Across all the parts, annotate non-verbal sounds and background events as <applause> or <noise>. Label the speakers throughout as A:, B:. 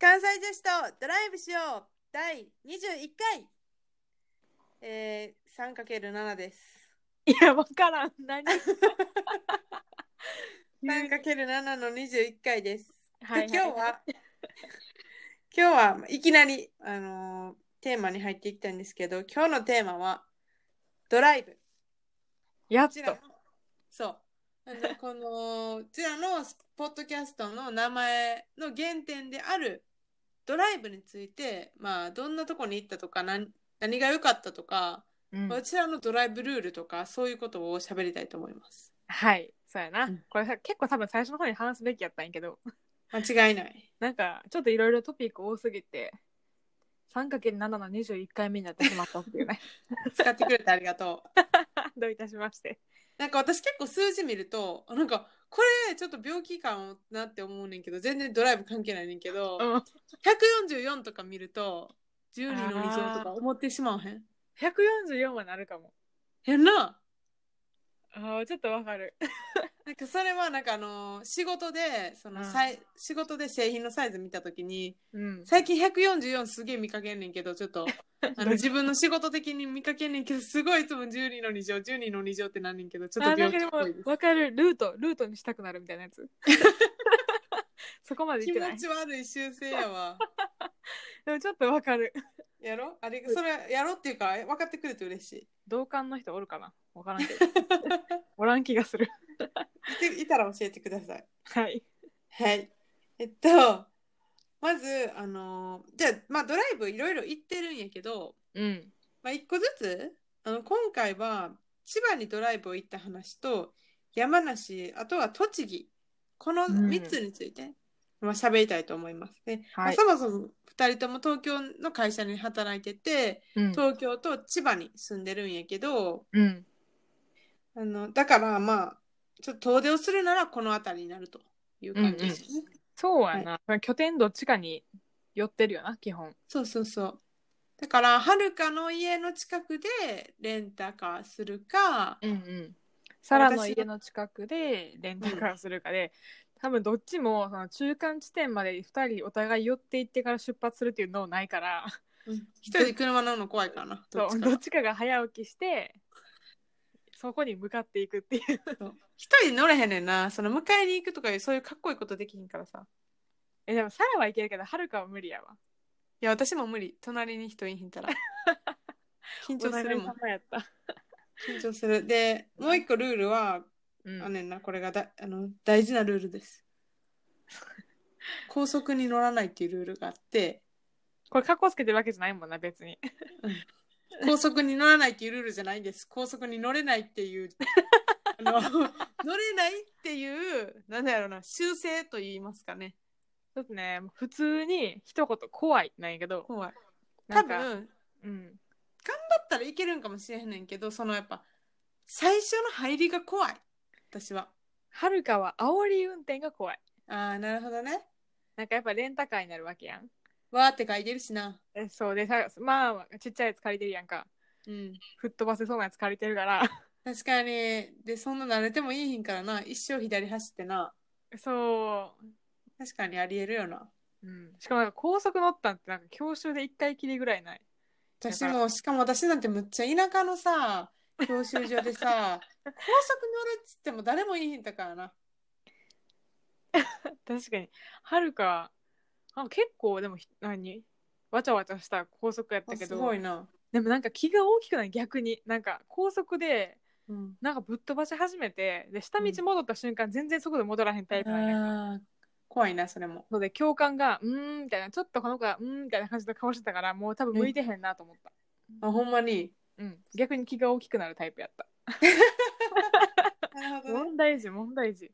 A: 歳女子とドライブしよう第21回えー、3×7 です
B: いや、わからん。
A: <laughs>
B: 何
A: 3×7 の21回です、
B: はいはい
A: で今日は <laughs> 今日はいきなり、あのーテーマに入っていきたいんですけど今日のテーマはドライブ
B: やっ
A: うちら
B: と
A: の。そうあのこのうちらのポッドキャストの名前の原点であるドライブについてまあどんなとこに行ったとか何何が良かったとか、
B: うん
A: まあうちらのドライブルールとかそういうことを喋りたいと思います
B: はい、そうやな
A: うん。
B: これさ結構多分最初の方に話すべきやったんやけど、
A: 間違いない
B: なんかちょっといろいろトピック多すぎて、3×7 の21回目になってしまったってい
A: <laughs>
B: うね。
A: 使ってくれてありがとう <laughs>
B: どういたしまして。
A: なんか私結構数字見るとあなんかこれちょっと病気かもなって思うねんけど全然ドライブ関係ないねんけど、
B: うん。
A: 144とか見ると12の依存とか
B: あー
A: 思ってしまわへん
B: 144はなるかも。
A: やんな
B: ああ、ちょっとわかる。
A: なんかそれはなんかあのー仕事でその
B: うん
A: さい、仕事で製品のサイズ見た時に
B: うん。
A: 最近144すげえ見かけんねんけどちょっ
B: <laughs>
A: とあの
B: あ
A: 自分の仕事的に見かけんねんけどすごいいつも12の2乗12の2乗ってなんねんけどちょっ
B: なん
A: と
B: か
A: 病気
B: で
A: っぽいで
B: もわかる。ルート、ルートにしたくなるみたいなやつ。 <laughs> そこまです
A: 気
B: いってない
A: 持。ち悪い修正や
B: <laughs>
A: わ
B: でもちょっとわかる。
A: やろあれそれやろっていうかえ分かってくれて嬉しい
B: 同感の人おるかなわから <laughs> んけど。おらん気がする。
A: いていたら教えてください
B: はい。
A: はい。えっと、まず、あのーじゃあ、まあ、ドライブいろいろ行ってるんやけど、
B: うん。
A: まあ、一個ずつ、あの、今回は、千葉にドライブを行った話と、山梨、あとは栃木、この
B: うん
A: 3つについて、まあ、喋りたいと思います。で、まあ
B: はい
A: そもそも2人とも東京の会社に働いてて、
B: うん。
A: 東京と千葉に住んでるんやけど、
B: うん。
A: あの、だから、まあ、ちょっと遠出をするなら、この辺りになるという感じですね。
B: そうやな。拠点どっちかに寄ってるよな、基本。
A: そうそうそう。だから、はるかの家の近くでレンタカーするか、
B: うんうん。サラの家の近くでレンタカーするかで、多分どっちもその中間地点まで2人お互い寄っていってから出発するっていうのないから、
A: 一人で車乗るの怖いからな。ど
B: そ
A: っち
B: う
A: か
B: ど
A: が
B: っちかが早起きして、そこに向かっていくっていう。
A: そう一人で乗れへんねんな。その迎えに行くとかいうそういうかっこいいことできひんからさ。
B: え、でもサラはいけるけど、はるかは無理やわ。
A: いや、私も無理。隣に人いひんた <laughs> ら。緊張するもん
B: お。互い様やった。
A: 緊張する。で、もう一個ルールは、
B: うん
A: あんねんな。これがだあの大事なルール <laughs> です。高速に乗らないっていうルールがあ <laughs> って、
B: これ、格好つけてるわけじゃないもんな、別に。
A: 高速に乗らないっていうルールじゃないんです。高速に乗れないっていう、あ <laughs> の、乗れないっていう、なんだろうな、修正と言いますかね。
B: ちょっとね、普通に一言怖いなんやけど、
A: 怖い。多
B: なん
A: 分、
B: か
A: だっ
B: うん、
A: たらいけるんかもしれへんねんけど、そのやっぱ、最初の入りが怖い。私は。
B: はるかは煽り運転が怖い。
A: ああ、なるほどね。
B: なんかやっぱレンタカーになるわけやん。
A: わーって書いてるしな。
B: えそうでさ、まあ、ちっちゃいやつ借りてるやんか。
A: うん。
B: 吹っ飛ばせそうなやつ借りてるから、 <laughs>
A: 確かに。で、そんな慣れてもいいひんからな。一生左走ってな。
B: そ
A: 確かにありえるよな。
B: う、うん。しかもなんか高速乗ったんって、なんか教習で一回きりぐらいない。
A: 私も、しかも私なんてむっちゃ田舎のさ、教習所で <laughs> さ、高速乗るっつっても誰もいいひんだからな。
B: 確かに、はるか、あ結構でもひ、何わちゃわちゃした高速やったけ
A: す
B: ど、
A: ごいな。
B: でもなんか気が大きくない逆に。なんか高速で、
A: うん、
B: なんかぶっ飛ばし始めてで下道戻った瞬間、全然速度戻らへんタイプなんや
A: あー怖いな、それも。
B: ので教官が「うーん」みたいなちょっとこの子が「うーん」みたいな感じの顔してたからもう多分向いてへんなと思った、
A: あ、ほんまに。
B: うん、逆に気が大きくなるタイプやった
A: <laughs> なるほど <laughs> ね。
B: 問題児問題児、
A: っ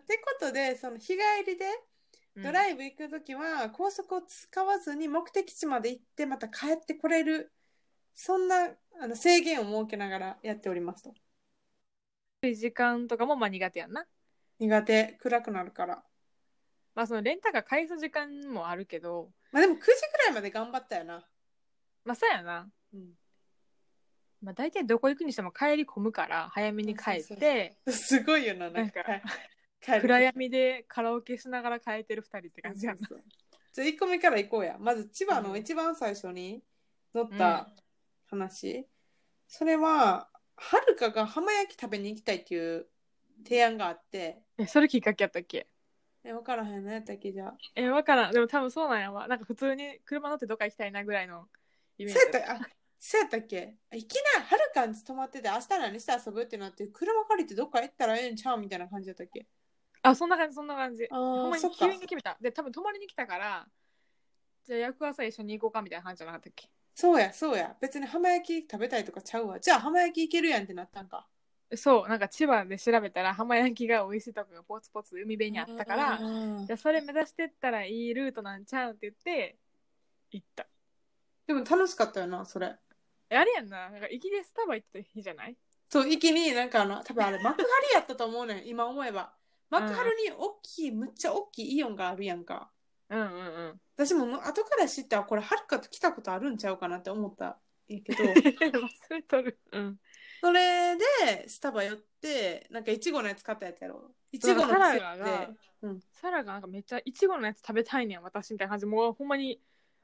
A: てことで、その日帰りで
B: うん
A: ドライブ行くときは、高速を使わずに目的地まで行って、また帰ってこれる、そんなあの制限を設けながらやっておりますと。
B: 時間とかもまあ苦手やんな
A: 苦手、暗くなるから。
B: まあそのレンタカー返す時間もあるけど
A: まあでも9時くらいまで頑張ったよな。
B: まあそうやな、
A: うん <laughs>
B: まあ、大体どこ行くにしても帰り込むから早めに帰って
A: そうそうすごいよな、なんか。
B: なん
A: 帰る
B: 暗闇でカラオケしながら帰ってる2人って感じやな
A: そうそうそうじゃあ1個目から行こうや。まず千葉
B: う
A: の
B: ん
A: 一番最初に乗った話。それは、はるかが浜焼き食べに行きたいっていう提案があって、
B: えそれきっかけやったっけ
A: え、分からへんのやったっけじゃあ。
B: えわからんでも多分そうなんやわなんか普通に車乗ってどっか行きたいなぐらいのイメー
A: そ
B: ジ
A: うやった、あ、そうやったっけいきなり、はるかんち泊まってて、明日何して遊ぶってなって、車借りてどっか行ったらええんちゃうみたいな感じだったっけ
B: あそんな感じそんな感じ
A: あ
B: ほんま
A: ー
B: に
A: そっか
B: 急に決めたで多分泊まりに来たからじゃあ翌朝一緒に行こうかみたいな話じゃなかったっけ
A: そうや、そうや。別に浜焼き食べたいとかちゃうわ。じゃあ浜焼き行けるやんってなったんか。
B: そうなんか千葉で調べたら浜焼きが美味しいとこがポツポツ海辺にあったから
A: うん
B: じゃあそれ目指してったらいいルートなんちゃうんって言って行った
A: でも楽しかったよな、それ。
B: えあれやんななんか行きでスタバ行ってた日じゃない
A: そう、一気になんかあの、多分あれ、幕張やったと思うねん、今 <laughs> 思えば。幕張に大きい、むっちゃ大きいイオンがあるやんか。
B: うんうん
A: <laughs>
B: うん
A: 私もの後から知ったら、これ、はるかと来たことあるんちゃうかなって思ったんやけど、
B: 忘れとるうん
A: それで、スタバ寄って、なんか、いちごのやつ買ったやつやろ。いちごの
B: サラ
A: や
B: が
A: つうん
B: サラがなんかめっちゃいちごのやつ食べたいねん私みたいな感じもうほんまに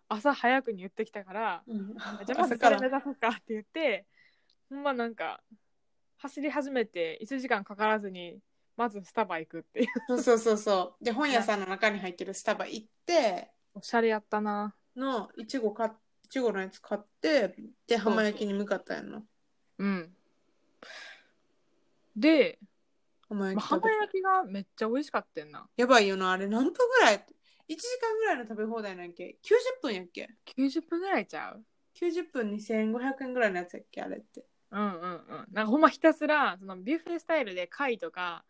B: 朝早くに言ってきたから <laughs>
A: うん、
B: じゃあま
A: 朝
B: ずこ
A: か
B: れ
A: ら
B: 目指そうかって言ってほんまなんか走り始めて1時間かからずにまずスタバ行くってい
A: そ
B: う
A: うそうそうそう。で、本屋さんの中に入ってるスタバ行って、
B: <laughs> おしゃれやったな
A: の、いちご買っいちごのやつ買って、で、浜焼きに向かったんやんな。
B: うんで、
A: 浜焼
B: まあ、
A: き食べ
B: 浜焼きがめっちゃ美味しかったよな
A: やばいよな、あれ何分ぐらい ?1 時間ぐらいの食べ放題なんやっけ ?90 分やっけ
B: 90分ぐらいちゃう
A: ?90 分2500円ぐらいのやつやっけあれって。
B: うんうんうんなんかほんまひたすらそのビュッフェスタイルで貝とか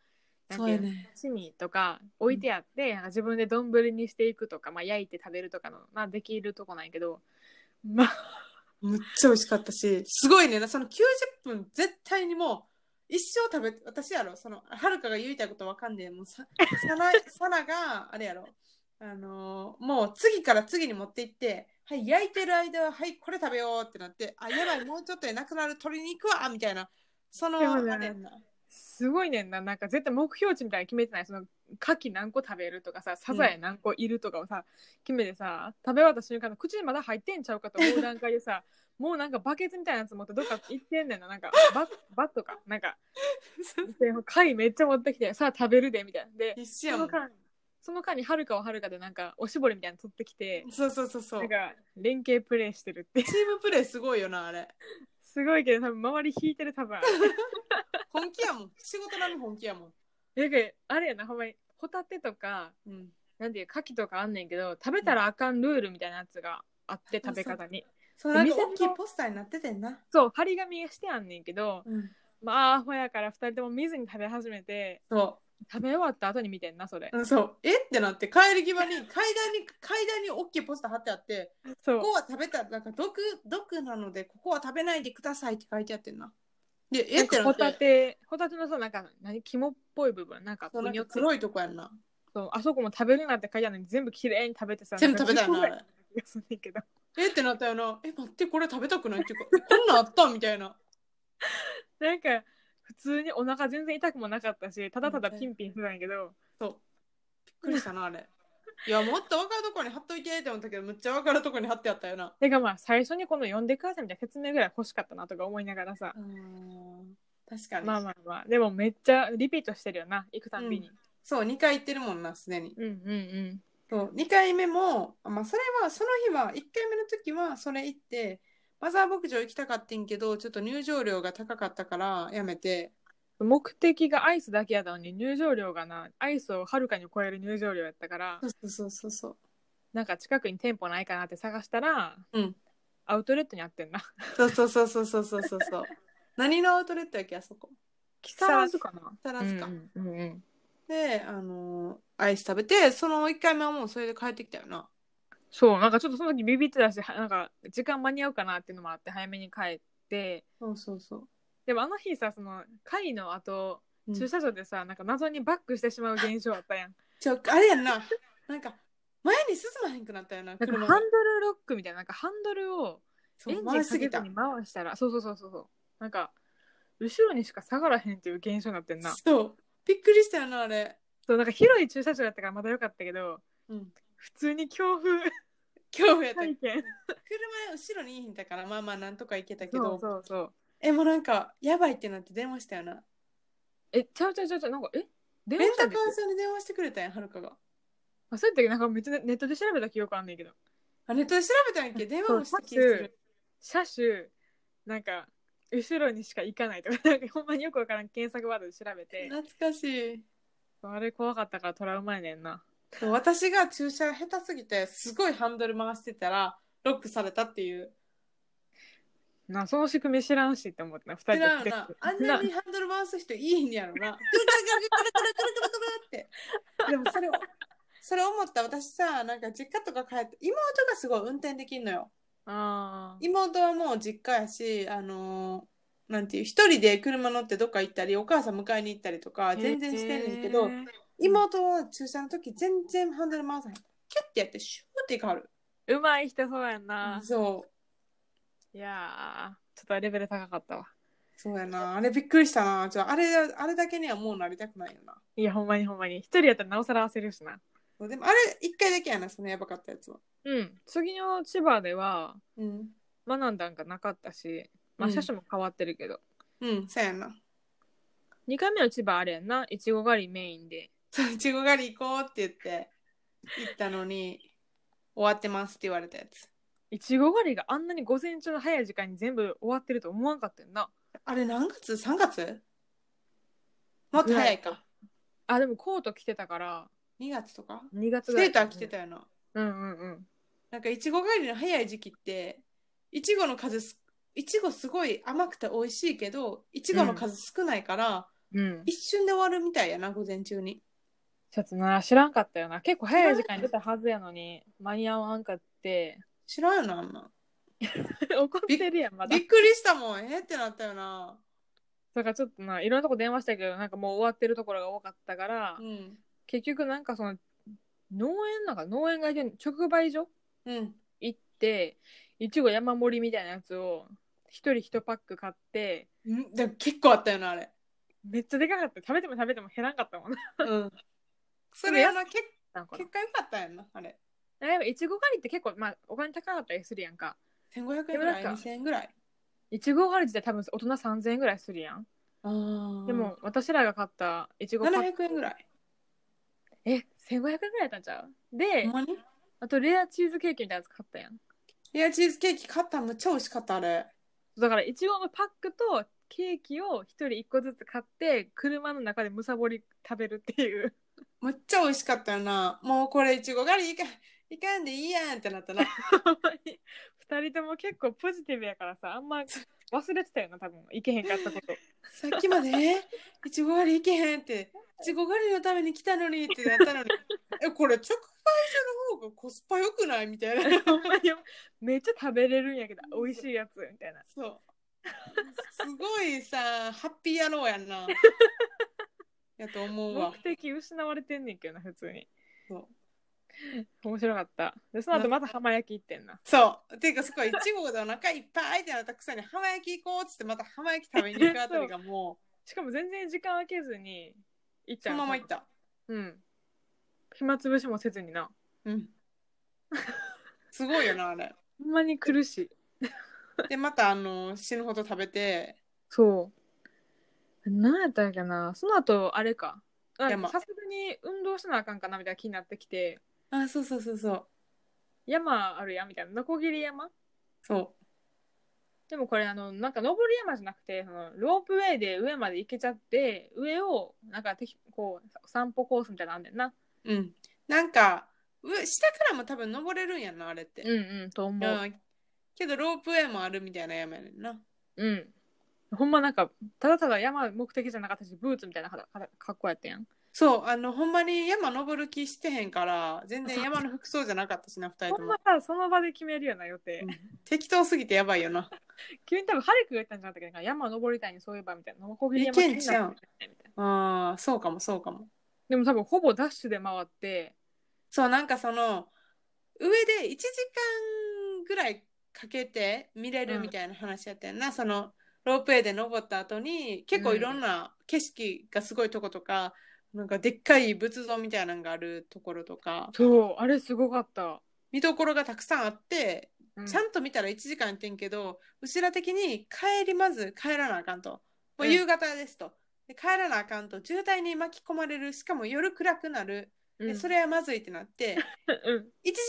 B: なんていの
A: ね。
B: 刺身とか置いてあって、なんか自分で丼にしていくとか、まあ、焼いて食べるとかの、まあ、できるとこなんやけどまあ
A: むっちゃ美味しかったし、すごいねんな、その90分絶対にもう一生食べ、私やろ、その、はるかが言いたいことわかんねえ。もうさ、さな、 <laughs> さなが、あれやろ、あのーもう次から次に持って行って、はい、焼いてる間は、はい、これ食べようってなって、あ、やばい、もうちょっとでなくなる鶏肉は、みたいな、その、
B: でもね
A: あれやんな。
B: すごいねんななんか絶対目標値みたいなの決めてないその牡蠣何個食べるとかさサザエ何個いるとかをさ、決めてさ食べ終わった瞬間の口にまだ入ってんちゃうかと思う段階でさもうなんかバケツみたいなやつ持ってどっか行ってんねんななんかバッバッとかなんかで貝めっちゃ持ってきてさあ食べるでみたいなで
A: 必死や
B: そ
A: もん。
B: の間その間にはるかははるかでなんかおしぼりみたいなの取ってきて
A: そうそうそうそう
B: なん。か連携プレイしてるって <laughs>
A: チームプレーすごいよな、あれ。
B: すごいけど多分周り引いてる多
A: <laughs>
B: 分
A: 本気やもん。仕事並み本気やもん。
B: なんかあれやなほんまにホタテとか
A: うん。
B: なんていう牡蠣とかあんねんけど食べたらあかんルールみたいなやつがあって
A: そうそ
B: 食
A: う
B: べ方に
A: そのなんか
B: 店の
A: 大きいポスターになっててんな。
B: そう張り紙してあんねんけど
A: うん。
B: まあアホやから2人とも見ずに食べ始めて
A: そう。
B: 食べ終わった後に見てんなそれ
A: うん、そう。えってなって、帰り
B: <laughs>
A: 際に、階段に、階段に大きいポスター貼ってあって、
B: そう
A: ここは食べた、なんか毒、毒なので、ここは食べないでくださいって書いてあってんな。で、え
B: なん
A: って
B: か
A: な
B: ホ
A: っ
B: タ
A: て、
B: テホタテのさなんか何肝っぽい部分なんか
A: そうなん
B: に
A: か
B: よって
A: 黒いとこやんな。
B: そうあそこも食べるなって書いてあるのに全部きれいに食べてさ
A: 全部食べたよな
B: なんか10個ぐらい食べた気がすんねんけど
A: えってなったよな。え、待って、これ食べたくないっていうか、えこんなんあったみたいな。
B: なんか普通にお腹全然痛くもなかったしただただピンピンしてたんやけど
A: そう。びっくりしたな、あれ。いや、もっと分かるとこに貼っといてって思ったけど、むっちゃ分かるとこに貼ってあったよな。
B: てかまあ最初にこの呼んでくださいみたいな説明ぐらい欲しかったなとか思いながらさ
A: うん。確かに。
B: まあまあまあでもめっちゃリピートしてるよな行くたんびに、
A: そう、2回行ってるもんな、すでに。
B: うん、うんうん
A: そう2回目も、まあ、それはその日は1回目の時はそれ行ってマザー牧場行きたかってんけどちょっと入場料が高かったからやめて
B: 目的がアイスだけやったのに入場料がなアイスをはるかに超える入場料やったから
A: そうそうそうそう
B: なんか近くに店舗ないかなって探したら、
A: うん
B: アウトレットにあってんな
A: そうそうそうそうそうそうそうそう <laughs> 何のアウトレットやっけあそこ
B: 木更津かな
A: 木更津か
B: うんうんうんうん
A: であのーアイス食べてその1回目はもうそれで帰ってきたよな
B: そうなんかちょっとその時ビビってたしはなんか時間間に合うかなっていうのもあって早めに帰って
A: そうそうそう、
B: でもあの日さその会の後
A: うん
B: 駐車場でさ、なんか謎にバックしてしまう現象あったやん
A: ちょあれやんななんか前に進まへんくなったよな
B: なんかハ
A: 車
B: ンド
A: が
B: ルロックみたいななんかハンドルを
A: そ
B: エ
A: う
B: ンジン
A: 回
B: か
A: しす
B: け
A: ぎ
B: ず
A: た
B: に回したらそうそうそうそうそうなんか後ろにしか下がらへんっていう現象になってんな
A: そうびっくりしたよなあれ
B: そうなんか広い駐車場だったからまだよかったけど
A: うん
B: 普通に強風 <laughs>
A: 恐怖やった車
B: 体験
A: 後ろにいひんだからまあまあなんとか行けたけ
B: そう
A: ど
B: そうそう
A: えもうなんかやばいってなって電話したよな
B: えちゃうちゃうちゃうちゃうなんかえ電
A: レン
B: 話し
A: タ
B: た
A: カー
B: んです
A: 屋さ
B: よ
A: んに電話してくれたやんはるかが
B: あそうやったっけなんかめっちゃネットで調べた記憶あんねんけど
A: あネットで調べたんやんけ電話もしてきて
B: そう
A: る
B: 車種なんか後ろにしか行かないとか <laughs> なんかほんまによくわからん検索ワードで調べて
A: 懐かしい
B: あれ怖かったからトラウマやねんな
A: 私が駐車が下手すぎてすごいハンドル回してたらロックされたっていう
B: なその仕組み知らんしって思ってな2人
A: 知
B: で
A: らんよなあんなにハンドル回す人いいんやろな <laughs>
B: <laughs>
A: くるくるくるくるくるくるくるくるってでもそれをそれ思った私さなんか実家とか帰って妹がすごい運転できんのよ
B: あー
A: 妹はもう実家やしあのーなんていう一人で車乗ってどっか行ったりお母さん迎えに行ったりとか全然してんねんけど、
B: へー
A: 妹は駐車の時全然ハンドル回さへんキュッてやってシューっていかはる
B: うまい人そうやんな、
A: そう
B: いやーちょっとレベル高かったわ
A: そうやな。あれびっくりしたな。ちょあれ、あれだけにはもうなりたくないよな。
B: いやほんまにほんまに一人やったらなおさら焦るしな
A: そうでもあれ、一回だけやな、そのやばかったやつは。
B: うん次の千葉では
A: うん。
B: 学んだんがなかったしま
A: う
B: あ
A: ん
B: 車種も変わってるけど、
A: うん、そうやな。
B: 二2回目の千葉あれやんないちご狩りメインで
A: そう、いちご狩り行こうって言って、行ったのに、終わってますって言われたやつ。
B: いちご狩りがあんなに午前中の早い時間に全部終わってると思わんかったよな
A: あれ何月 ?3 月もっと早いか。
B: あでもコート着てたから
A: 2月とか
B: 2月
A: ス
B: ぐら
A: テ
B: い
A: ーター着てたよな。
B: うんうんうん
A: なんかいちご狩りの早い時期って、いちごの数す、いちごすごい甘くて美味しいけど、いちごの数少ないから、
B: うん
A: 一瞬で終わるみたいやな、午前中に。
B: ちょっとな知らんかったよな結構早い時間に出たはずやのに間に合わんかって
A: 知らんよな、あんな。
B: <laughs> 怒ってるやんまだ
A: びっくりしたもん。えってなったよな。
B: だからちょっとないろんなとこ電話したけどなんかもう終わってるところが多かったから、
A: うん。
B: 結局なんかその農園なんか農園がいて直売所
A: うん。
B: 行っていちご山盛りみたいなやつを一人一パック買って
A: うんでも結構あったよな、あれ。
B: めっちゃでかかった食べても食べても減らんかったもんな
A: うん。それやな、け
B: <laughs> なんかな
A: 結果良かったやんな、あれ。
B: なんかいちご狩りって結構、まあ、お金高かったりするやんか
A: 1500
B: で
A: 円
B: も
A: ぐ
B: な
A: ら
B: んか
A: い、2000円ぐらい。
B: いちご狩り自体多分大人3000円ぐらいするやん、
A: あー
B: でも、私らが買ったいちごパック
A: 700円ぐらい。
B: え1500円ぐらいやったんちゃう
A: ほ
B: で
A: んまに
B: あとレアチーズケーキみたいなやつ買ったやん
A: いや、チーズケーキ買ったの、むっちゃ美味しかった、あれ。
B: だからいちごのパックとケーキを一人一個ずつ買って車の中でむさぼり食べるっていう
A: むっちゃ美味しかったよな。もうこれ、いちご狩りいかん、いかんでいいやんってなったな。
B: 2人とも結構ポジティブやからさあんま忘れてたよな多分いけへんかったこと
A: さっきまでえ「いちご狩り行けへん」って「いちご狩りのために来たのに」ってなったのに「えこれ直売所の方がコスパ良くない?」みたいな
B: <laughs> ほんまにめっちゃ食べれるんやけど美味しいやつみたいな
A: そうすごいさハッピー野郎やんなやと思うわ
B: <laughs> 目的失われてんねんけどな普通に
A: そう
B: <laughs> 面白かったでその後また浜焼き行ってんな
A: そうていうかそこはいちごでお腹いっぱいってなったくせに浜焼き行こうっつってまた浜焼き食べに行くあたりがも
B: しかも全然時間空けずに行っ
A: うそ
B: たよ
A: のまま行った
B: うん暇つぶしもせずにな
A: <laughs> うんすごいよなあれ
B: ほんまに苦しい
A: でまたあの死ぬほど食べて
B: そう何やったんやっけなその後あれかあ
A: 山
B: さすがに運動しなあかんかなみたいな気になってきて
A: あそうそうそうそう
B: 山あるやんみたいなノコギリ山
A: そう
B: でもこれあのなんか登る山じゃなくてそのロープウェイで上まで行けちゃって上をなんかてきこう散歩コースみたいなのあんねんな
A: うん。なんか、う下からも多分登れるんやな、あれって。
B: んうんと思
A: うんけど、ロープウェイもあるみたいな山やねんな。
B: うんほんまなんかただただ山目的じゃなかったしブーツみたいなかか格好やったやん
A: そう、あの、ほんまに山登る気してへんから、全然山の服装じゃなかったしな、二人
B: ほ
A: と
B: ん
A: も
B: ま。さその場で決めるような予定、
A: うん適当すぎてやばいよな。
B: 急に多分ハレクが言ったんじゃなかったっけど山登りたいにそういえばみたいなノコギリ山
A: いけんちゃう
B: 気になってんみたいな
A: ああ、そうかも、そうかも。
B: でも多分ほぼダッシュで回って
A: そう、なんかその、上で1時間ぐらいかけて見れるみたいな話やったんな、そのロープウェイで登った後に結構いろんな景色がすごいとことか、なんかでっかい仏像みたいなのがあるところとか
B: そう、あれすごかった。
A: 見どころがたくさんあって
B: うん
A: ちゃんと見たら1時間やってんけど、うちら的に帰りまず帰らなあかんと。も
B: う
A: うん夕方ですと。で帰らなあかんと、渋滞に巻き込まれる、しかも夜暗くなる。
B: う
A: で
B: ん、
A: それはまずいってなって、
B: うん、
A: 1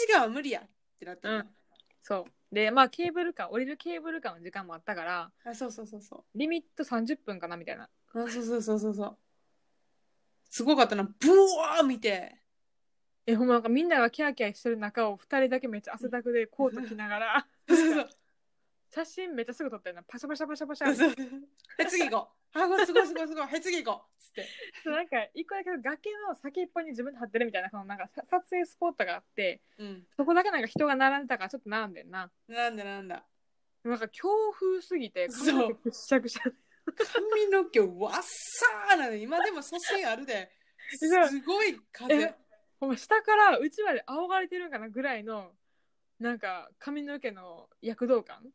A: 時間は無理やってなったの、
B: そう。で、まあケーブルカー、降りるケーブルカーの時間もあったから、
A: あ、そうそうそうそ
B: リミット30分かなみたいな。
A: う。あ、そうそうそうそうそう。すごかったな。ブワー見 <laughs> て。
B: え、ほんまなんかみんながキャーキャーしてる中を2人だけめっちゃ汗だくでコート着な
A: <laughs>
B: がら、
A: そうそう
B: 写真めっちゃすぐ撮ったよな。パシャパシャパシャパシ
A: そう
B: ャ。
A: そう。はい、次行こう。あ、すごいすごいすごい。はい、次行こう。つって。
B: なんか一個だけ崖の先っぽに自分で貼ってるみたいな、そのなんかさ撮影スポットがあって、
A: うん。
B: そこだけなんか人が並んでたからちょっと並んでんな。
A: なんだなんだ。
B: でもなんか強風すぎて、
A: そう
B: 髪の毛くっしゃくしゃ。
A: 髪の毛わっさーなの今でも写真あるです
B: そう
A: ごい風
B: えほんま下からうちわで仰がれてるんかなぐらいの、なんか髪の毛の躍動感。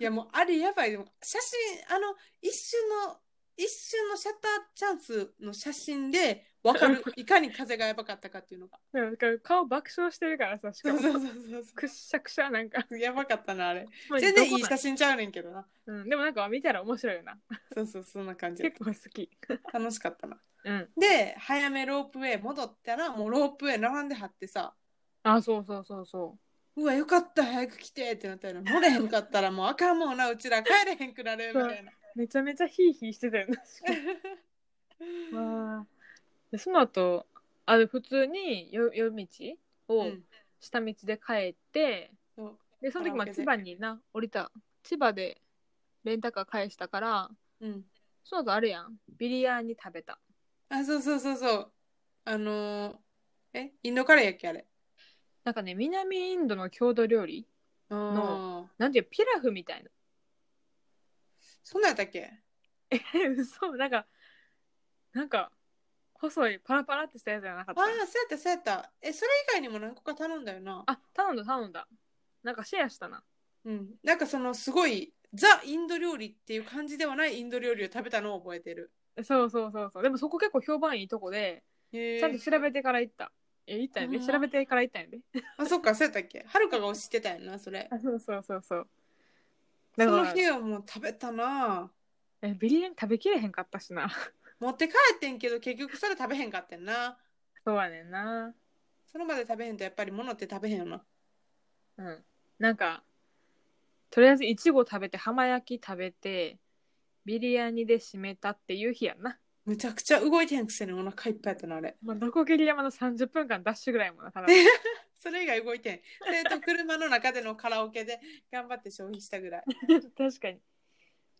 A: いやもうあれやばいでも写真あの一瞬の一瞬のシャッターチャンスの写真で分 <laughs> かるいかに風がやばかったかっていうのが
B: なんか顔爆笑してるからさ、し
A: そう
B: かも
A: そうそうそう
B: くっしゃくしゃなんか。
A: <laughs> やばかったなあれ全然いい
B: どこな
A: 写真ちゃうねんけどな
B: うん、でもなんか見たら面白いよな。
A: そうそうそんな感じ
B: 結構好き。
A: 楽しかったな
B: うん。
A: で早めロープウェイ戻ったらもうロープウェイ並んではってさ
B: あ、そうそうそうそう
A: わよかった早く来てってなったら乗れへんかったらもうあかんもんなうちら帰れへんくなるみたいな
B: う。めちゃめちゃヒーヒーしてたよな。
A: <laughs>
B: わあでその後あで普通に夜夜道
A: う
B: を
A: ん
B: 下道で帰って、
A: そう
B: でその時ま
A: カ
B: あ
A: ラオケ
B: 千
A: で
B: 葉にな降りた千葉でレンタカー返したから
A: うん、
B: その後あれやんビリヤーニ食べた
A: あそうそうそうそうあのーえインドカレーやっけあれ
B: なんかね南インドの郷土料理
A: あー
B: なんていうピラフみたいな
A: そんなんやったっけ
B: え <laughs> 嘘なんかなんか細いパラパラってしたやつじゃなか
A: あ
B: っ
A: あ
B: た
A: そうやったそうやったえそれ以外にも何個か頼んだよな
B: あ頼んだ頼んだなんかシェアしたな
A: うんなんかそのすごいザ・インド料理っていう感じではないインド料理を食べたのを覚えてる
B: そうそうそうそうでもそこ結構評判いいとこで
A: へ
B: ちゃんと
A: え
B: 調べてから行った。え、行ったんやで。
A: うん
B: 調べてから行ったん <laughs> やで。
A: あそっかそうやったっけはるかが推してたよなそれ
B: そうそうそうそう。
A: そ
B: だか
A: の
B: ら
A: 日はもう食べたな
B: えビリヤニ食べきれへんかったしな。 <laughs>
A: 持って帰ってんけど結局それ食べへんかったんな
B: そうやねんな。
A: その場で食べへんとやっぱり物って食べへんよな
B: うん。なんか、とりあえずいちご食べて、浜焼き食べて、ビリヤニで締めたっていう日やんな。
A: むちゃくちゃ動いてへんくせにお腹いっぱいやったなあれ
B: まあ、どこ蹴り山の30分間ダッシュぐらいもな、ただ。
A: それ以外動いてん。それと車の中でのカラオケで <laughs> 頑張って消費したぐらい。
B: 確かに。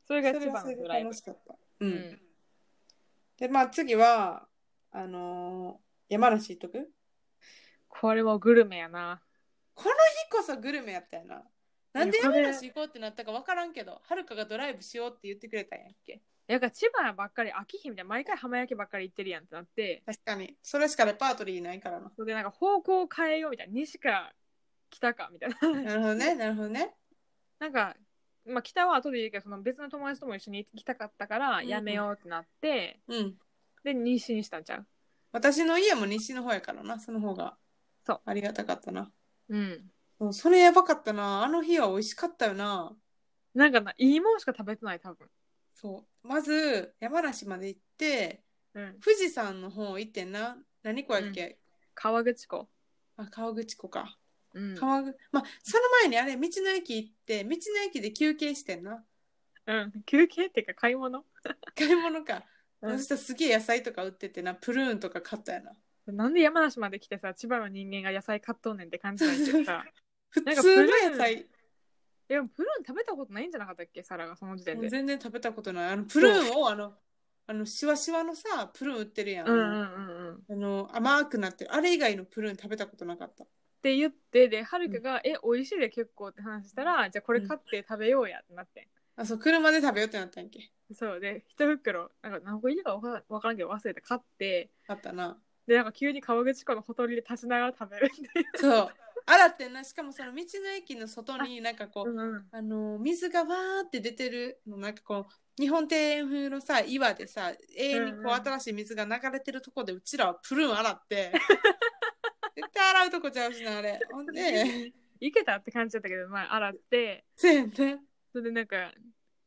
B: そ
A: そ
B: れが
A: れ
B: 一
A: はそ
B: 番
A: れで
B: のドライブ
A: 楽。しかった。うん。
B: うん
A: で、まあ次は、あのー山梨行っとく
B: これもグルメやな。
A: この日こそグルメやったよな。なんで
B: いやこ
A: 山
B: れ
A: 梨行こうってなったか分からんけど、はるかがドライブしようって言ってくれたんやっけ。
B: やっぱ千葉ばっかり、秋日みたいな、毎回浜焼きばっかり行ってるやんってなって、
A: 確かに。それしかレパートリーないからな。
B: それでなんか方向を変えようみたいな西か北かみたいな <laughs>
A: なるほどね、なるほどね。
B: なんか、まあ、北は後で言うけどその別の友達とも一緒に行きたかったから
A: うん
B: やめようってなって、
A: うん。
B: で西にしたんちゃう
A: 私の家も西の方やからな、その方が。
B: そう
A: ありがたかったな。
B: うん
A: そうそれやばかったな。あの日は美味しかったよな。
B: なんかないいもんしか食べてない多分
A: そう。まず、山梨まで行って、
B: うん
A: 富士山の方行ってんな。何湖やっけ、
B: 川口湖
A: あ、川口湖か。
B: うん、
A: 川口、まあ、その前にあれ、道の駅行って、道の駅で休憩してんな。
B: うん、休憩っていうか買い物
A: 買い物か。
B: うん
A: そしたらすげえ野菜とか売っててな、プルーンとか買ったやな。
B: なんで山梨まで来てさ千葉の人間が野菜買っとんねんって感じなんだけどさ
A: 普
B: なんか
A: 通の
B: プルーン
A: 野菜、
B: でもプルーン食べたことないんじゃなかったっけサラがその時点
A: もう
B: で
A: 全然食べたことない。あの、プルーンを、あの、あの、シワシワのさ、プルーン売ってるやん。
B: うんうんうんうん
A: あの、甘くなってる。あれ以外のプルーン食べたことなかった。
B: って言ってではるかが「え美味しいで結構」って話したら「じゃあこれ買って食べようや」ってなって
A: あ、そう、車で食べようってなったんやっけ。
B: そうで一袋なんか何個入りかわからんわからんけど忘れて買って
A: あったな。
B: でなんか急に川口湖のほとりで立ちながら食べるんで
A: そう。洗ってんなしかもその道の駅の外になんかこう、
B: うんうん
A: あの水がわーって出てるのなんかこう日本庭園風のさ岩でさ永遠にこ
B: うん
A: う
B: うん
A: 新しい水が流れてるとこでうちらはプルーン洗って絶対洗うとこちゃうしなあれほんで
B: いけたって感じだったけど、まあ、洗って、
A: せやね
B: それでなんか、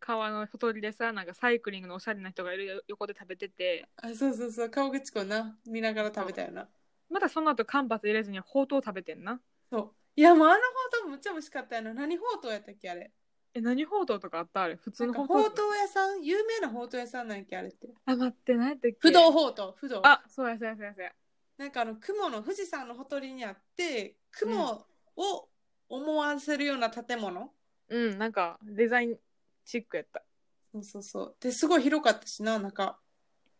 B: 川のほとりでさ、なんかサイクリングのおしゃれな人がいるよ横で食べてて、
A: あそうそうそう川口湖な見ながら食べたよな
B: またその後間髪入れずにほうとう食べてんな。
A: そういやもうあのほうとうむっちゃ美味しかったよな何ほうとうやったっけあれ
B: え、何ほうとうとかあったあれ普
A: な
B: 通
A: ん
B: の
A: か
B: ほ
A: ほ
B: う
A: う
B: とう。
A: とう屋さん有名なほうとう屋さんなんやっけあれって
B: あ、待って、何やったっけ
A: 不動ほうとう不動
B: あ、そうやそうやそうやそうや。
A: なんかあの雲の富士山のほとりにあって雲を思わせるような建物、
B: うん、なんかデザインチックやった。
A: そうそうそうですごい広かったしななんか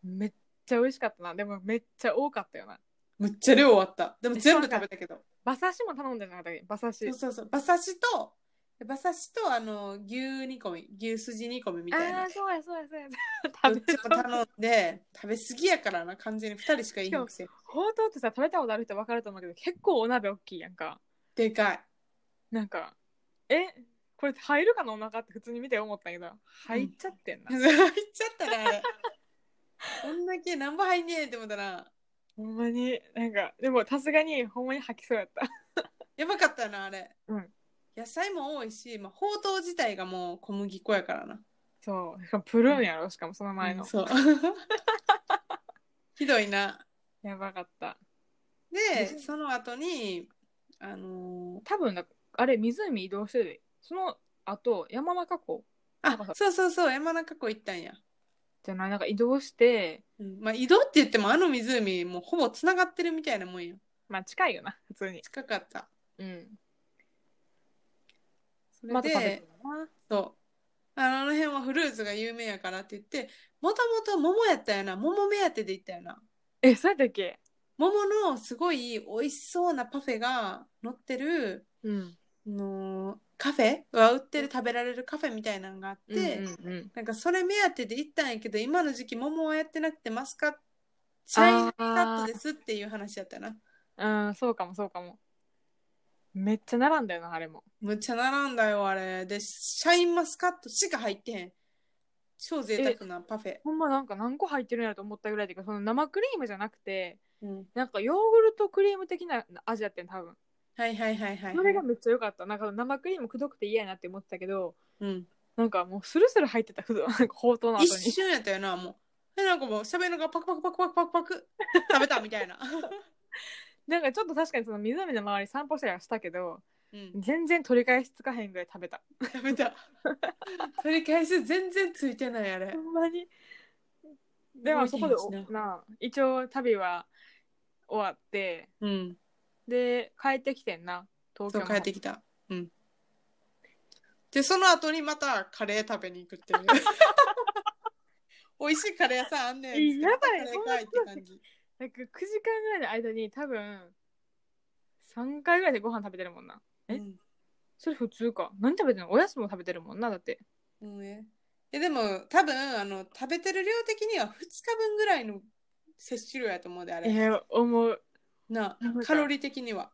B: めっちゃ美味しかったな。でもめっちゃ多かったよな。
A: むっちゃ量あったでも全部食べたけど
B: 馬刺しも頼んでなかったっけ馬刺
A: そう
B: し。
A: そうそう馬刺しと馬刺しとあの牛煮込み牛すじ煮込みみ
B: あ
A: たいな
B: あ、そうやそうやそうや。
A: どっ
B: 食べ
A: ち
B: た
A: も頼んで食べ過ぎやからな完全に2人しかいなくて
B: ほうとうってさ、食べたことある人分かると思うけど、結構お鍋大きいやんか。
A: でかい
B: なんか、えこれ入るかなお腹って普通に見て思ったんやけど、入っちゃってんな。
A: 入っちゃったねあれこんだけなんぼ入んねえって思ったら
B: ほんまに、なんか、でもさすがにほんまに吐きそうやった。
A: やばかったなあれ、
B: うん
A: 野菜も多いし、まあ、ほうとう自体がもう小麦粉やからな
B: そう。しかもプルーンやろ、しかもその前の。
A: うんそう <laughs> ひどいな
B: やばかった。
A: でその後にあのー
B: 多分だ、あれ、湖移動してる。その後、山中湖
A: あそうそうそう山中湖行ったんや、
B: じゃない、なんか移動して、
A: うんまあ移動って言ってもあの湖もうほぼつながってるみたいなもんや
B: まあ近いよな、普通に。
A: 近かった
B: うん。
A: それ
B: また食べ
A: で
B: て、るな。
A: そうあの辺はフルーツが有名やからって言ってもともと桃やったよな桃目当てで行ったよな
B: え、そうやったっけ
A: 桃のすごい美味しそうなパフェが乗ってる、
B: うん。
A: あのーカフェは売ってる食べられるカフェみたいなのがあって、
B: で、うん、
A: なんかそれ目当てで行ったんやけど今の時期桃はやってなくてマスカッシャインカットですっていう話やったな
B: うん。うん、そうかもそうかも。めっちゃ並んだよな、あれも。
A: むっちゃ並んだよあれでシャインマスカットしか入ってへん超贅沢なパフェ、
B: ほんまなんか何個入ってるんやろと思ったぐらいだけど、その生クリームじゃなくて、
A: うん、
B: なんかヨーグルトクリーム的な味やってん、多分。
A: はいはいはいはい
B: それがめっちゃ良かった。なんか生クリームくどくて嫌やなって思ってたけど、
A: うん、
B: なんかもうスルスル入ってた、ふど、なんかほうとうの後
A: 一
B: に。
A: 瞬やったよなもうでなんかもう喋るのがパクパクパクパクパクパ
B: <laughs>
A: ク食べたみたいな、
B: なんかちょっと確かにその湖の周り散歩したりはしたけど、
A: うん、
B: 全然取り返しつかへんぐらい食べた。
A: 食べ
B: <laughs>
A: た取り返し全然ついてないあれ
B: ほんまに。でもそこでお
A: 動いてへんし
B: な一応旅は終わって
A: うん
B: で帰ってきてんな東
A: そ
B: 京
A: う
B: の
A: 帰ってきたうんでその後にまたカレー食べに行く
B: <laughs>
A: っていう美味しいカレー屋さんあんねん
B: いややばい
A: またカレーかいって感じ
B: なんか9時間ぐらいの間に多分3回ぐらいでご飯食べてるもんなえ
A: うん
B: それ普通か何食べてんのおやつも食べてるもんなだって
A: うんねえでも多分あの食べてる量的には2日分ぐらいの摂取量やと思うであれ、
B: えー、思う
A: な
B: なんか
A: カロリー的には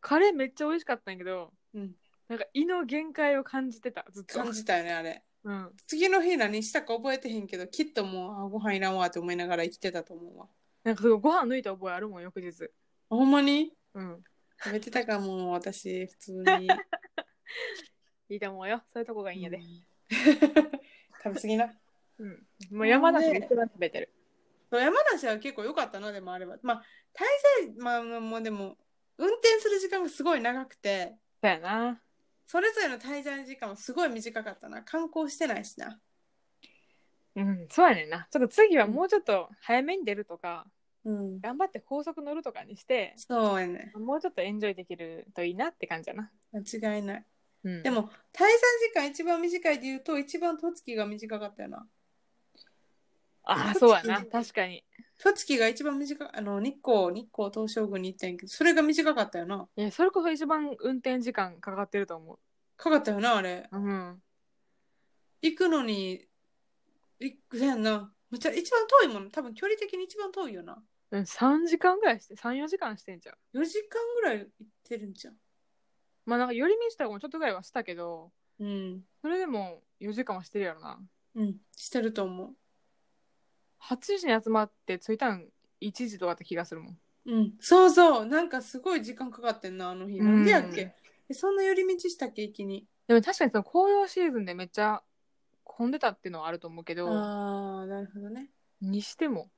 B: カレーめっちゃ美味しかったんやけど、
A: うん
B: なんか胃の限界を感じてたずっと
A: 感じたよねあれ
B: うん
A: 次の日何したか覚えてへんけどきっともうあご飯いらんわって思いながら生きてたと思うわ
B: なんかすごいご飯抜いた覚えあるもん翌日
A: ほんまに
B: うん
A: 食べてたかも私普通に
B: いいと思うよそういうとこがいいんやで、
A: 食べ過 <laughs> ぎな
B: うん、もう山梨が一番食べてる
A: そう山梨は結構良かったなでもあればまあ滞在まあまあまあでも運転する時間がすごい長くて
B: そうやな
A: それぞれの滞在時間はすごい短かったな観光してないしな
B: うん、そうやねんな。ちょっと次はもうちょっと早めに出るとか、
A: うん
B: 頑張って高速乗るとかにして、
A: そうやね
B: もうちょっとエンジョイできるといいなって感じやな。
A: 間違いない
B: うん、
A: で、も滞在時間一番短いで言うと一番栃木が短かったよな栃
B: ああ、
A: 木
B: そうやな。確かに。
A: 栃木が一番短いあの日光日光東照宮に行ったんやけどそれが短かったよない
B: や、それこそ一番運転時間かかってると思
A: かかったよなあれ
B: う。うん。
A: 行くのに行くやんなめっちゃ一番遠いもん多分距離的に一番遠いよな
B: うん、3時間ぐらいして、3、4時間してんじゃん。
A: 4時間ぐらい行ってるんじゃん
B: まあなんか寄り道したもちょっとぐらいはしたけど、
A: うん。
B: それでも4時間はしてるやろな。
A: うん。してると思
B: 8時に集まって着いたん1時とかだった気がするもん。
A: う。うん。そうそう。なんかすごい時間かかってんな、あの日。なんでやっけ、えそんな寄り道したっけ、一気に。
B: でも確かにその紅葉シーズンでめっちゃ混んでたっていうのはあると思うけど、
A: ああ、なるほどね。
B: にしても、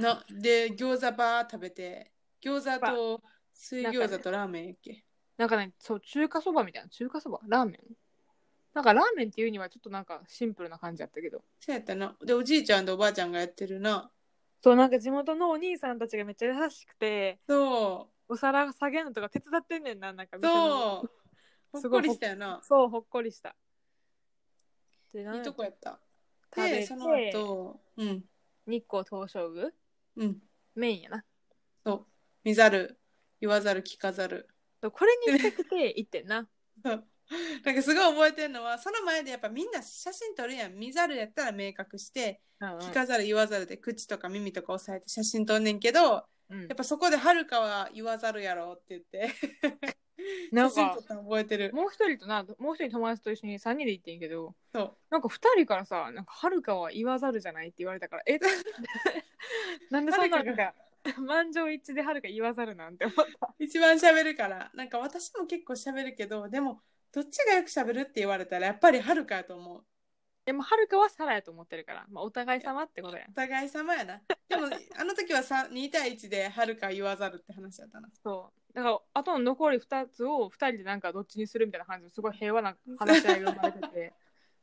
A: なで、餃子ばー食べて、餃子と水餃子とラーメンやっけ。
B: なんかね、そう、中華そばみたいな、中華そばラーメンなんかラーメンっていうにはちょっとなんかシンプルな感じだったけど。
A: そうやったな。で、おじいちゃんとおばあちゃんがやってるな。
B: そう、なんか地元のお兄さんたちがめっちゃ優しくて、
A: そ
B: お皿下げるのとか手伝ってんねんな、なんか
A: う。
B: 店
A: そ
B: の
A: う。ほっ
B: す
A: こ
B: ごい
A: りしたよな。
B: そう、ほっこりした。で、なん
A: いい
B: や
A: とこやった。
B: 食べ
A: で、
B: て
A: その後、うん。
B: 日光東照宮
A: うん。
B: メインやな。
A: そう。見ざる、言わざる、聞かざる。 <laughs>
B: とこれに比較て行ってんな。
A: なんかすごい覚えてるのは、その前でやっぱみんな写真撮るやん。見ざるやったら明確して、
B: うんうん
A: 聞かざる、言わざるで口とか耳とか押さえて写真撮んねんけど、や
B: うん
A: っぱそこではるかは言わざるやろって言って、
B: なん
A: 写真
B: か
A: 撮ったの覚えてる。
B: もう一人となもう一人友達と一緒に3人で行ってんけど
A: そう。
B: なんか2人からさ「なんかはるかは言わざるじゃない?」って言われたから「えなんでそんななんか満場一致ではるか言わざるなんて思った
A: 一番喋るから。なんか私も結構喋るけど、でも、どっちがよく喋るって言われたら、やっぱりはるかやと思う。
B: でもはるかはサラやと思ってるから、まあ、お互い様ってことや
A: お互い様やな。でも、あの時はさ2対1ではるか言わざるって話やったな。
B: そうだからあとの残り2つを2人でなんかどっちにするみたいな感じですごい平和な話し合いが生まれてて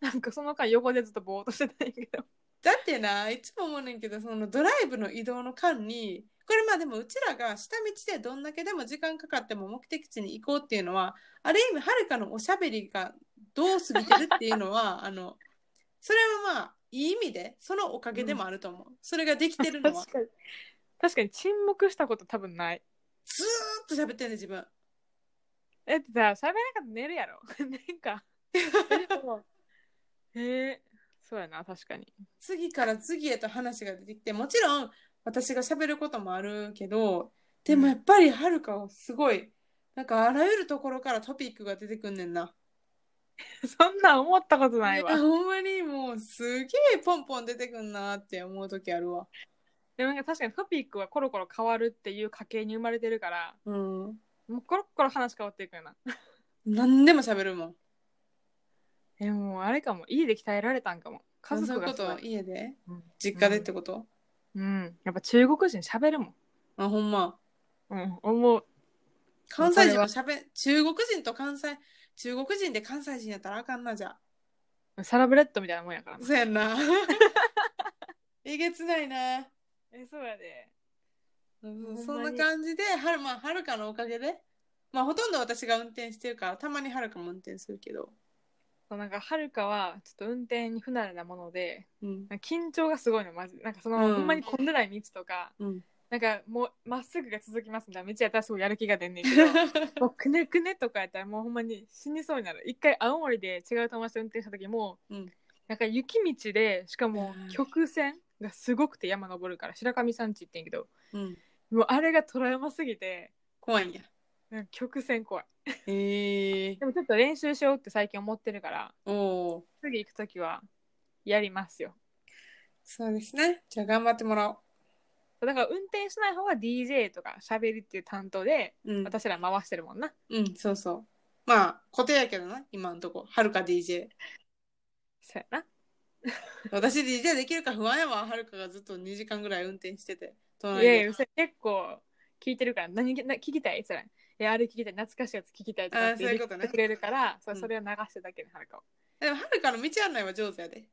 B: なんかその間横でずっとぼーっとしてたんやけど
A: だってないつも思うねんけどそのドライブの移動の間にこれまあでもうちらが下道でどんだけでも時間かかっても目的地に行こうっていうのはある意味はるかのおしゃべりがどう過ぎてるっていうのは <laughs> あのそれはまあいい意味でそのおかげでもあると思う、それができてるのはず
B: <laughs> 確かに確かに沈黙したこと多分ない
A: ーっと喋ってんねん自分
B: だってさ、喋らなかったら寝るやろ。 <laughs> なんか。へ <laughs> え、そうやな、確かに。 <laughs>
A: 次から次へと話が出てきてもちろん私が喋ることもあるけどでもやっぱりはるかはすごいなんかあらゆるところからトピックが出てくんねんな。
B: そんなん思ったことないわ
A: や。ほんまにもうすげえポンポン出てくんなって思う時あるわ。
B: でもなんか確かにトピックはコロコロ変わるっていう家系に生まれてるから、
A: うん。
B: もうコロコロ話変わっていくよな。
A: 何でも喋るもん。
B: でもあれかも、家で鍛えられたんかも。家
A: 家
B: 族
A: 族
B: が
A: こ
B: すごい
A: と家で
B: うん
A: 実家でってこと、
B: うん。やっぱ中国人喋るもん。
A: あ、ほんま。
B: うん、思う。
A: 関西人も喋、中国人と関西、中国人で関西人やったらあかんなじ
B: <laughs>
A: ゃ。
B: サラブレッドみたいなもんやからな。
A: そうやんな。 <laughs> えげつないな。
B: え、そうやで。
A: うん
B: ほんまに
A: そんな感じで、はる、まあ、はるかのおかげで、まあ、ほとんど私が運転してるから、たまにはるかも運転するけど。
B: そうなんか、はるかは、ちょっと運転に不慣れなもので、
A: うん。
B: なんか緊張がすごいのマジでなんかその、
A: うん
B: ほんまに混んでない道とか <laughs>
A: うん。
B: なんかもうまっすぐが続きますみたいな道やったらすごいやる気が出んねんけど <laughs> もうくねくねとかやったらもうほんまに死にそうになる一回青森で違う友達と運転した時も、
A: うん
B: なんか雪道でしかも
A: うん
B: 曲線がすごくて山登るから白神山地行ってんけど
A: うん。
B: もうあれがトラウマすぎて
A: 怖いんや。
B: なんか曲線怖い
A: ええ
B: でもちょっと練習しようって最近思ってるから
A: おお。
B: 次行く時はやりますよ
A: そうですね。じゃあ頑張ってもらおう。
B: だから運転しない方は DJ とか喋りっていう担当で
A: うん、
B: 私ら回してるもんな。
A: うん、そうそう。まあ、固定やけどな、今のとこ。はるか
B: <laughs>
A: DJ。
B: そうやな。
A: 私 DJ できるか不安やわ。はるかがずっと2時間ぐらい運転してて。
B: い
A: 隣
B: や
A: で
B: いや、それ結構聞いてるから、何な聞きたいそれ。いや、あれ聞きたい、懐かしいやつ聞きたいとかって
A: あーそうい
B: 言
A: うこと
B: っ
A: ね
B: てくれるから、そう
A: うん
B: それを流してだけで、はるかを。
A: でも、はるかの道案内は上手やで。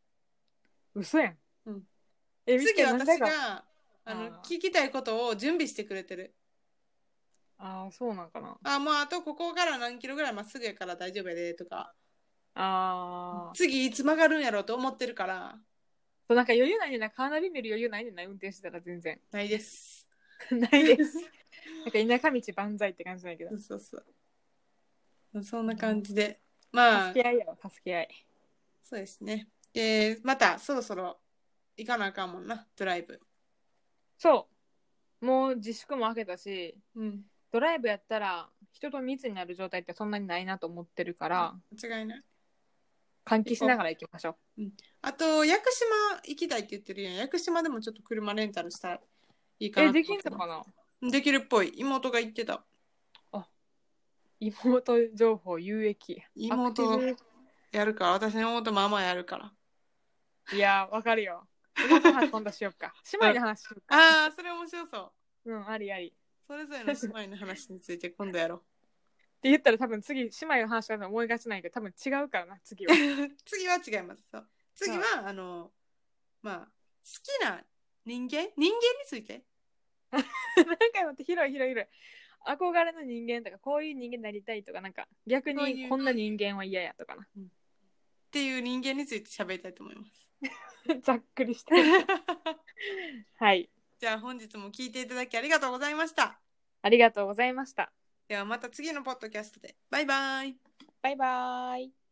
B: 嘘やん。
A: うん。
B: え、見
A: 次
B: て、
A: 私
B: 私が。
A: が、あの
B: あー
A: 聞きたいことを準備してくれてる。
B: ああ、そうなんかな。
A: あ、まあ、あとここから何キロぐらいまっすぐやから大丈夫やで、とか。
B: ああ。
A: 次いつ曲がるんやろうと思ってるから、
B: そうなんか余裕ないねんな、カーナビ見る余裕ないねんな、運転してたら全然。 <laughs>
A: ないです。
B: ないです。なんか田舎道万歳って感じだけど
A: そ。うそうそう。そんな感じで。まあ
B: 助、け合いやわ、助け合い。
A: そうですね。で、またそろそろ行かなあかんもんな、ドライブ。
B: そう。もう自粛も明けたし、
A: うん。
B: ドライブやったら人と密になる状態ってそんなにないなと思ってるから、
A: 間違いない。
B: 換気しながら行きましょう。
A: あと、屋久島行きたいって言ってるやん。屋久島でもちょっと車レンタルしたらいいかなと思
B: え、で
A: って
B: きんのかな
A: できるっぽい。妹が言ってた。
B: 妹情報有益。
A: 妹
B: アクティ
A: やるから、私の妹ママやるから。
B: ブいやー、わかるよ。妹の話今度しようか。姉妹の話しようか。
A: ああ、それ面白そう。
B: うん、ありあり。っ
A: それぞれの姉妹の話について今度やろう。
B: て言ったら多分次、姉妹の話から思いがちないけど、多分違うからな、 <laughs> 次は。
A: <laughs> 次は違います。そう次は、あの、まあ、好きな人間人間について
B: なんか待って、広い広い広い。憧れの人間とか、こういう人間になりたいとか、なんか逆
A: そうい
B: に
A: う
B: こんな人間は嫌やとかな。
A: っていう人間について喋りたいと思います。
B: ざっくりして。はい。
A: じゃあ本日も聞いていただきありがとうございました。
B: ありがとうございました。
A: ではまた次のポッドキャストで。バイバイ。
B: バイバーイ。